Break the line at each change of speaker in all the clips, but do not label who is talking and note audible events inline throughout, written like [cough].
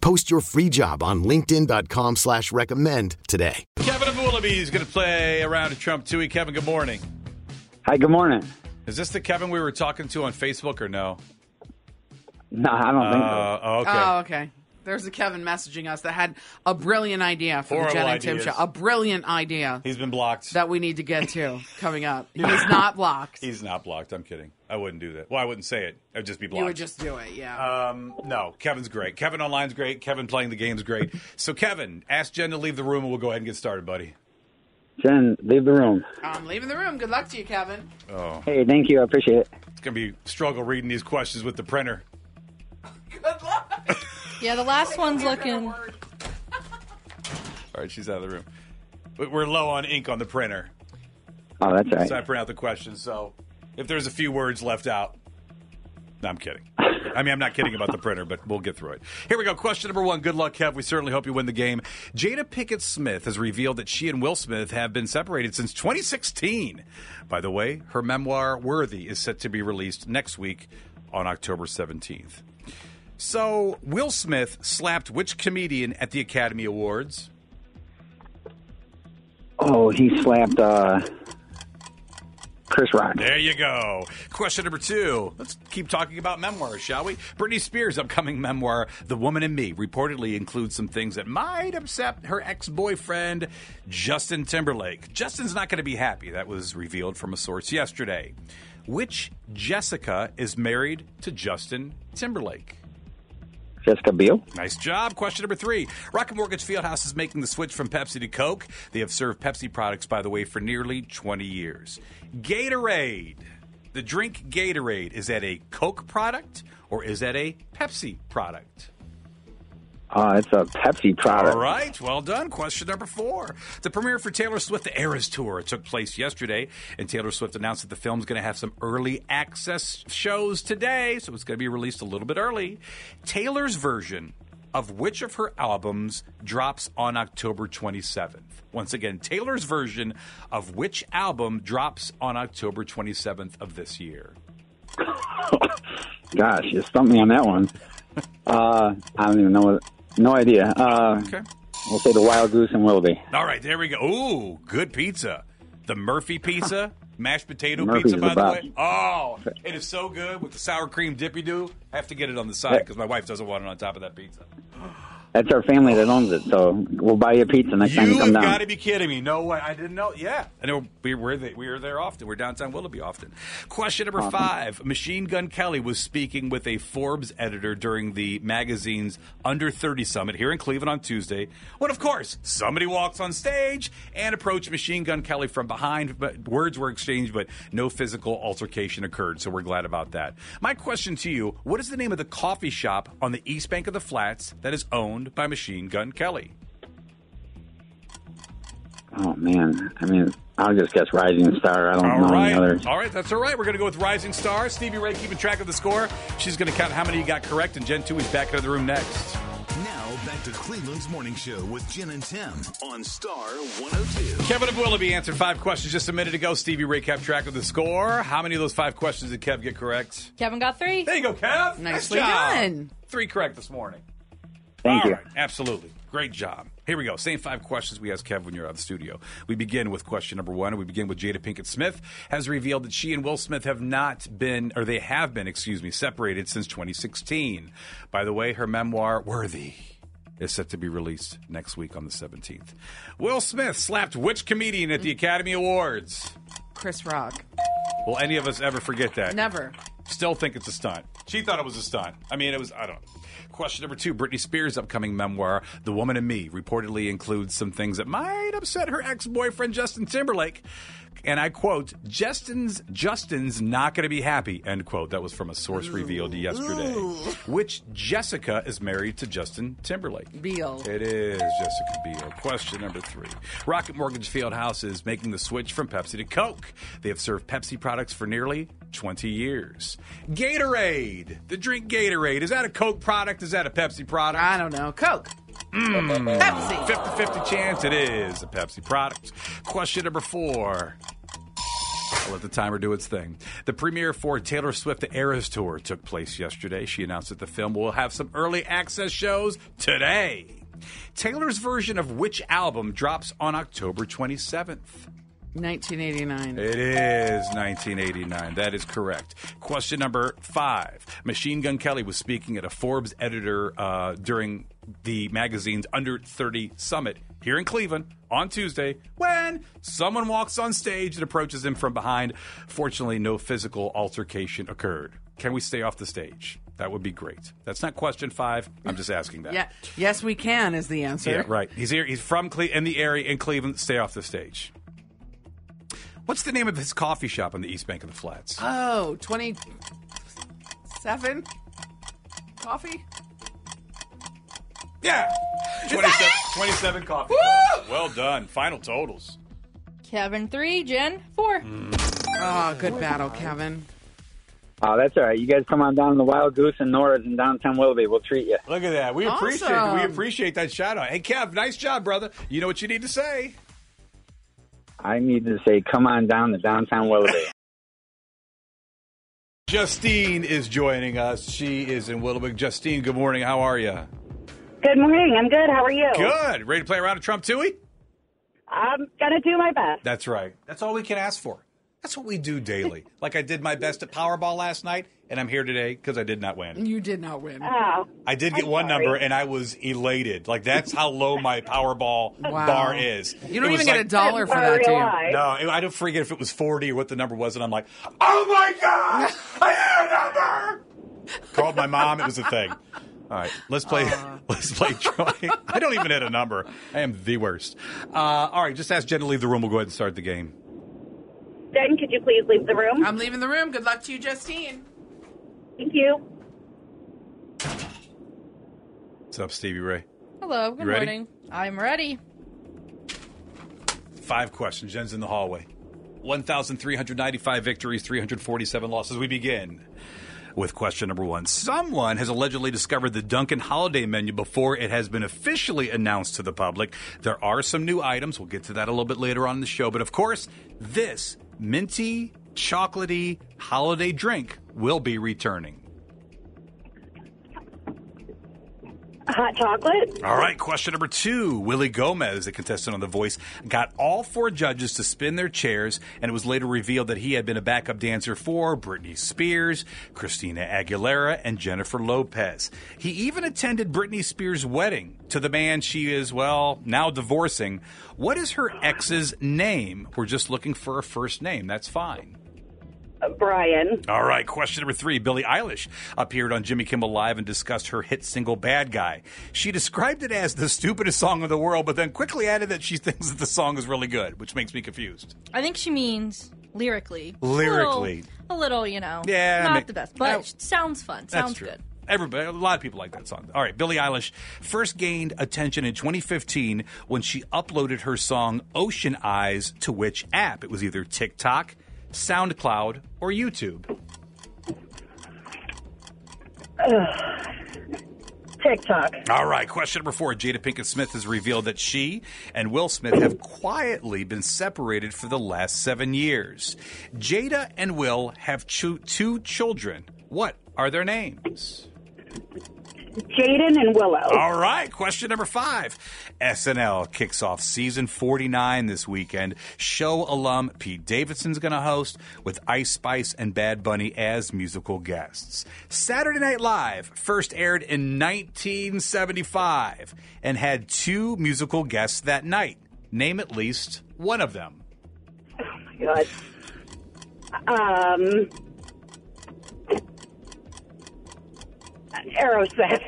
Post your free job on linkedin.com slash recommend today.
Kevin of Willoughby is going to play a round of Trump Tui. Kevin, good morning.
Hi, good morning.
Is this the Kevin we were talking to on Facebook or no?
No, I don't think so.
Uh, oh, okay.
Oh, okay. There's a Kevin messaging us that had a brilliant idea for
Horrible
the Jen and
ideas.
Tim show. A brilliant idea
He's been blocked.
that we need to
[laughs]
get to coming up. He was not blocked.
He's not blocked. I'm kidding. I wouldn't do that. Well, I wouldn't say it. I'd just be blocked.
you would just do it, yeah.
Um, no, Kevin's great. Kevin online's great. Kevin playing the game's great. so, Kevin, ask Jen to leave the room and we'll go ahead and get started, buddy.
Jen, leave the room.
I'm leaving the room. Good luck to you, Kevin.
Oh.
Hey, thank you. I appreciate it.
It's going to be struggle reading these questions with the printer.
Good luck.
Yeah, the last one's looking.
All right, she's out of the room. But We're low on ink on the printer.
Oh, that's all right.
So I print out the questions. So if there's a few words left out, no, I'm kidding. I mean, I'm not kidding about the printer, but we'll get through it. Here we go. Question number one. Good luck, Kev. We certainly hope you win the game. Jada Pickett Smith has revealed that she and Will Smith have been separated since 2016. By the way, her memoir, Worthy, is set to be released next week on October 17th. So, Will Smith slapped which comedian at the Academy Awards?
Oh, he slapped uh, Chris Rock.
There you go. Question number two. Let's keep talking about memoirs, shall we? Britney Spears' upcoming memoir, The Woman in Me, reportedly includes some things that might upset her ex boyfriend, Justin Timberlake. Justin's not going to be happy. That was revealed from a source yesterday. Which Jessica is married to Justin Timberlake?
Jessica Biel.
Nice job. Question number three. Rocket Mortgage Fieldhouse is making the switch from Pepsi to Coke. They have served Pepsi products, by the way, for nearly 20 years. Gatorade. The drink Gatorade, is that a Coke product or is that a Pepsi product?
Uh, it's a Pepsi product. [laughs]
All right, well done. Question number four. The premiere for Taylor Swift, the Eras Tour, took place yesterday, and Taylor Swift announced that the film's going to have some early access shows today, so it's going to be released a little bit early. Taylor's version of which of her albums drops on October 27th? Once again, Taylor's version of which album drops on October 27th of this year?
[laughs] Gosh, you stumped me on
[laughs]
that one. Uh, I don't even know. What, no idea. Uh,
Okay.
We'll say the Wild Goose and Willoughby.
All right, there we go. Ooh, good pizza. The Murphy
[laughs]
pizza, mashed potato
Murphy's
pizza, by
the
the
best.
way.
[laughs]
Oh, it is so good with the sour cream dippy doo. I have to get it on the side because my wife doesn't want it on top of that pizza.
That's our family that owns it, so we'll buy you a pizza next time
you
you come
have
down.
got to be kidding me. No way. I didn't know. Yeah. I know we were there, we were there often. We're downtown Willoughby often. Question number five Machine Gun Kelly was speaking with a Forbes editor during the magazine's Under 30 Summit here in Cleveland on Tuesday. When, of course, somebody walks on stage and approached Machine Gun Kelly from behind. But words were exchanged, but no physical altercation occurred. So we're glad about that. My question to you what is the name of the coffee shop on the east bank of the flats that is owned by Machine Gun Kelly?
oh man, I mean, I'll just guess Rising Star. I don't
All
know
right.
any others.
All right, that's all right. We're going to go with Rising Star. Stevie Ray keeping track of the score. She's going to count how many you got correct, and Gen 2 is back into the room next.
Now back to Cleveland's morning show with Jen and Tim on Star 102.
Kevin of Willoughby answered five questions just a minute ago. Stevie Ray kept track of the score. How many of those five questions did Kev get correct?
Kevin got three.
There you go, Kev.
Nicely
nice job.
done.
Three correct this morning.
Thank
All
you.
right, absolutely. Great job. Here we go. Same five questions we asked Kev when you're out of the studio. We begin with question number one. We begin with Jada Pinkett Smith has revealed that she and Will Smith have not been, or they have been, excuse me, separated since 2016. By the way, her memoir, Worthy, is set to be released next week on the 17th. Will Smith slapped which comedian at the Academy Awards?
Chris Rock.
Will any of us ever forget that?
Never.
Still think it's a stunt. She thought it was a stunt. I mean, it was, I don't know. Question number two Britney Spears' upcoming memoir, The Woman in Me, reportedly includes some things that might upset her ex boyfriend, Justin Timberlake. And I quote, Justin's, Justin's not going to be happy, end quote. That was from a source revealed yesterday. Which Jessica is married to Justin Timberlake.
Beal.
It is Jessica Biel. Question number three. Rocket Mortgage Fieldhouse is making the switch from Pepsi to Coke. They have served Pepsi products for nearly 20 years. Gatorade. The drink Gatorade. Is that a Coke product? Is that a Pepsi product?
I don't know. Coke.
Mm.
Pepsi.
50 50 chance it is a Pepsi product. Question number four. I'll let the timer do its thing. The premiere for Taylor Swift The Eras Tour took place yesterday. She announced that the film will have some early access shows today. Taylor's version of which album drops on October 27th?
1989.
It is 1989. That is correct. Question number five. Machine Gun Kelly was speaking at a Forbes editor uh, during the magazine's Under 30 Summit here in Cleveland on Tuesday when someone walks on stage and approaches him from behind. Fortunately, no physical altercation occurred. Can we stay off the stage? That would be great. That's not question five. I'm just asking that.
Yeah. Yes, we can is the answer.
Yeah, right. He's here. He's from Cle- in the area in Cleveland. Stay off the stage. What's the name of his coffee shop on the East Bank of the Flats?
Oh, 27? Coffee?
yeah, 27, 27 coffee. shops. Well done. Final totals.
Kevin three, Jen four.
Oh, good battle, Kevin.
Oh, that's all right. You guys come on down to the Wild Goose and Nora's in downtown Willoughby. We'll treat you.
Look at that. We appreciate it.
Awesome.
We appreciate that shout out. Hey, Kev, nice job, brother. You know what you need to say.
I need to say, come on down to downtown Willoughby.
Justine is joining us. She is in Willowbrook. Justine, good morning. How are you?
Good morning. I'm good. How are you?
Good. Ready to play around a round of Trump Tui?
I'm gonna do my best.
That's right. That's all we can ask for. That's what we do
[laughs]
daily. like I did my best at Powerball last night, and I'm here today because I did not win.
You did not win.
Oh,
I did get
I'm
one
sorry.
number, and I was elated. Like that's how low my Powerball
[laughs] Wow.
bar is.
You don't
It was
even get
like-
a dollar for
Sorry,
that, do you?
I-
No, it- I don't forget if it was forty or what the number was, and I'm like, oh my god, I had a number. Called my mom. It was a thing. All right, let's play. [laughs] Let's play Troy. I don't even hit a number. I am the worst. Uh, all right, just ask Jen to leave the room. We'll go ahead and start the game.
Jen, could you please leave the room?
I'm leaving the room. Good luck to you, Justine.
Thank you.
What's up, Stevie Ray?
Hello, good
You ready?
morning. I'm ready.
Five questions. Jen's in the hallway. 1,395 victories, 347 losses. We begin with question number one. Someone has allegedly discovered the Duncan Holiday menu before it has been officially announced to the public. There are some new items. We'll get to that a little bit later on in the show. But of course, this minty, chocolatey holiday drink will be returning.
Hot chocolate.
All right, question number two. Willie Gomez, the contestant on The Voice, got all four judges to spin their chairs, and it was later revealed that he had been a backup dancer for Britney Spears, Christina Aguilera, and Jennifer Lopez. He even attended Britney Spears' wedding to the man she is, well, now divorcing. What is her ex's name? We're just looking for a first name. That's fine.
Uh, Brian.
All right, question number three. Billie Eilish appeared on Jimmy Kimmel Live and discussed her hit single Bad Guy. She described it as the stupidest song in the world, but then quickly added that she [laughs] thinks that the song is really good, which makes me confused.
I think she means lyrically.
Lyrically.
A little, a little, you know.
Yeah,
Not
ma-
the best, but
No.
it sounds fun. Sounds
That's true.
good.
Everybody, a lot of people like that song. All right, Billie Eilish first gained attention in 2015 when she uploaded her song Ocean Eyes to which app? It was either TikTok, SoundCloud, or YouTube.
TikTok.
All right, question number four. Jada Pinkett Smith has revealed that she and Will Smith have quietly been separated for the last seven years. Jada and Will have two, two children. What are their names?
Jaden and Willow.
All right, question number five. SNL kicks off season 49 this weekend. Show alum Pete Davidson's going to host with Ice Spice and Bad Bunny as musical guests. Saturday Night Live first aired in 1975 and had two musical guests that night. Name at least one of them.
Oh God. Um, Aerosmith.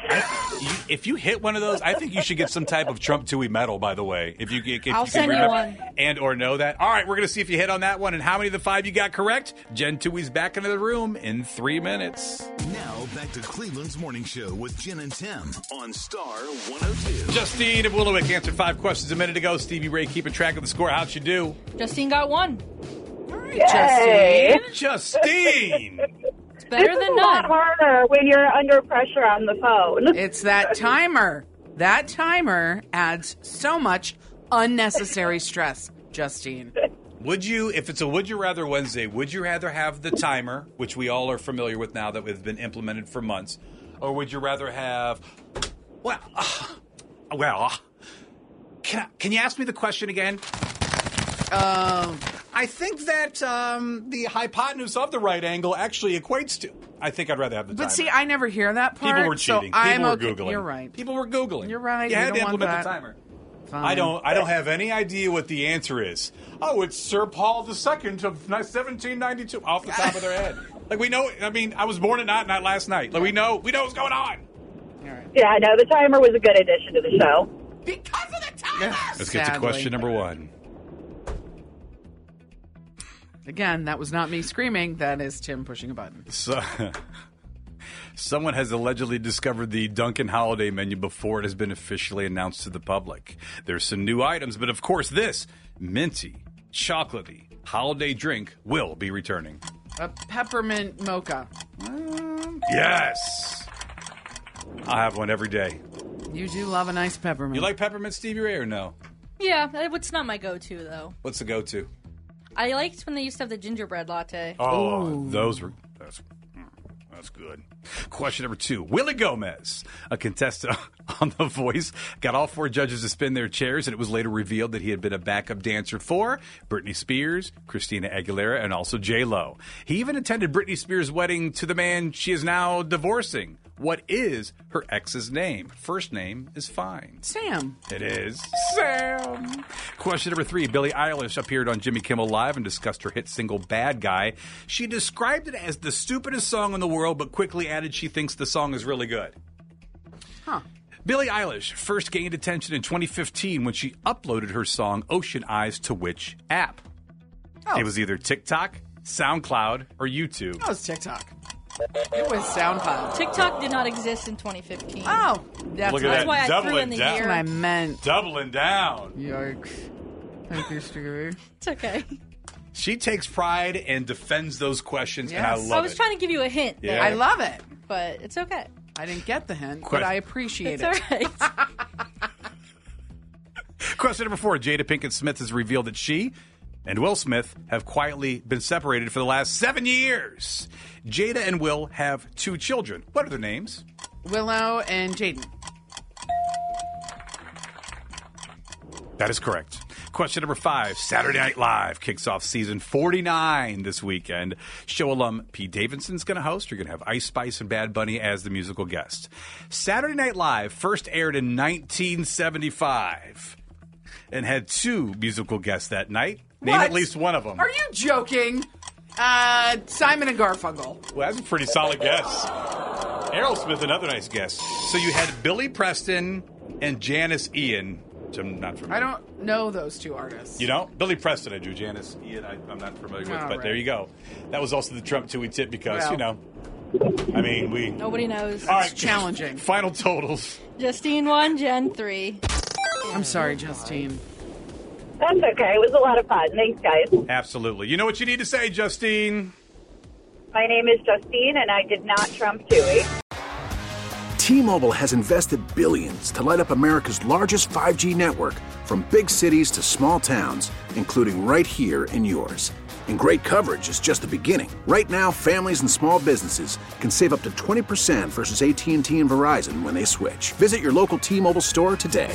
You, if you hit one of those, I think you should get some type of Trump Tui medal. By the way, if you if, if
I'll
you
send you
remember
one.
and or know that. All right, we're gonna see if you hit on that one and how many of the five you got correct. Jen Tui's back into the room in three minutes.
Now back to Cleveland's Morning Show with Jen and Tim on Star 102.
Justine of Willowick answered five questions a minute ago. Stevie Ray keeping track of the score. How'd you do,
Justine got one.
Yay!
Justine?
It's
This
better
is a
than
lot
none.
harder when you're under pressure on the phone.
It's that timer. That timer adds so much unnecessary stress, Justine.
would you, if it's a Would You Rather Wednesday, would you rather have the timer, which we all are familiar with now that we've been implemented for months, or would you rather have, well, ah, well, ah, can I, can you ask me the question again?
Um,
I think that um, the hypotenuse of the right angle actually equates to. I think I'd rather have the timer.
but see, I never hear that part.
People were
so
cheating.
I'm
People were
okay-
googling.
You're right.
People were googling.
You're right.
You
We
had to
don't want
implement the
that.
timer.
Fine.
I don't. I don't have any idea what the answer is. Oh, it's Sir Paul II of 1792 off the top of their
[laughs]
head. Like we know. I mean, I was born at night, not last night. Like we know. We know what's going on.
All right.
Yeah, no, the timer was a good addition to the show.
Because of the timer.
[laughs] Let's get to question number one.
Again, that was not me screaming. That is Tim pushing a button.
So, [laughs] someone has allegedly discovered the Duncan Holiday menu before it has been officially announced to the public. There's some new items, but of course, this minty, chocolatey holiday drink will be returning.
A peppermint mocha.
Yes. I have one every day.
You do love a nice peppermint.
You like peppermint Stevie Ray or no?
Yeah, that- it's not my go-to though.
What's the go-to?
I liked when they used to have the gingerbread latte.
Oh, those were that's mm, that's good. Question number two: Willie Gomez, a contestant [laughs] on The Voice, got all four judges to spin their chairs, and it was later revealed that he had been a backup dancer for Britney Spears, Christina Aguilera, and also J Lo. He even attended Britney Spears' wedding to the man she is now divorcing. What is her ex's name? First name is fine.
Sam.
It is Sam. Question number three Billie Eilish appeared on Jimmy Kimmel Live and discussed her hit single Bad Guy. She described it as the stupidest song in the world, but quickly added she thinks the song is really good.
Huh.
Billie Eilish first gained attention in 2015 when she uploaded her song Ocean Eyes to which app?
Oh.
It was either TikTok, SoundCloud, or YouTube.
That
Oh,
was TikTok. It was SoundCloud.
TikTok did not exist in 2015.
Oh, that's
Look
what,
at
That's
that.
why I
Double
threw
it
in the
down.
year.
what I meant.
Doubling down.
Yikes. Thank you, Stevie.
It's okay.
She takes pride and defends those questions, and I
Yes.
love
I was
it.
trying to give you a hint,
Yeah.
I love it.
but it's okay.
I didn't get the hint,
Quest-
but I appreciate
It's
it.
all right.
[laughs]
Question number four Jada Pinkett Smith has revealed that she and Will Smith have quietly been separated for the last seven years. Jada and Will have two children. What are their names?
Willow and Jaden.
That is correct. Question number five Saturday Night Live kicks off season 49 this weekend. Show alum Pete Davidson's going to host. You're going to have Ice Spice and Bad Bunny as the musical guest. Saturday Night Live first aired in 1975 and had two musical guests that night. Name
What?
at least one of them.
Are you joking? Uh, Simon and Garfunkel.
Well, that's a pretty solid guess. Aerosmith, another nice guess. So you had Billy Preston and Janice Ian, which I'm not familiar.
I don't know those two artists.
You know, Billy Preston, I drew Janice Ian. I, I'm not familiar with,
All
but
right.
there you go. That was also the Trump two we tip because you know,
Well.
I mean, we.
Nobody knows.
All right, [laughs]
challenging.
Final totals.
Justine one, Jen three.
I'm sorry, Justine.
That's okay. It was a lot of fun. Thanks, guys.
Absolutely. You know what you need to say, Justine.
My name is Justine, and I did not trump Dewey.
T-Mobile has invested billions to light up America's largest 5G network from big cities to small towns, including right here in yours.
And great coverage is just the beginning. Right now, families and small businesses can save up to 20% versus AT&T and Verizon when they switch. Visit your local T-Mobile store today.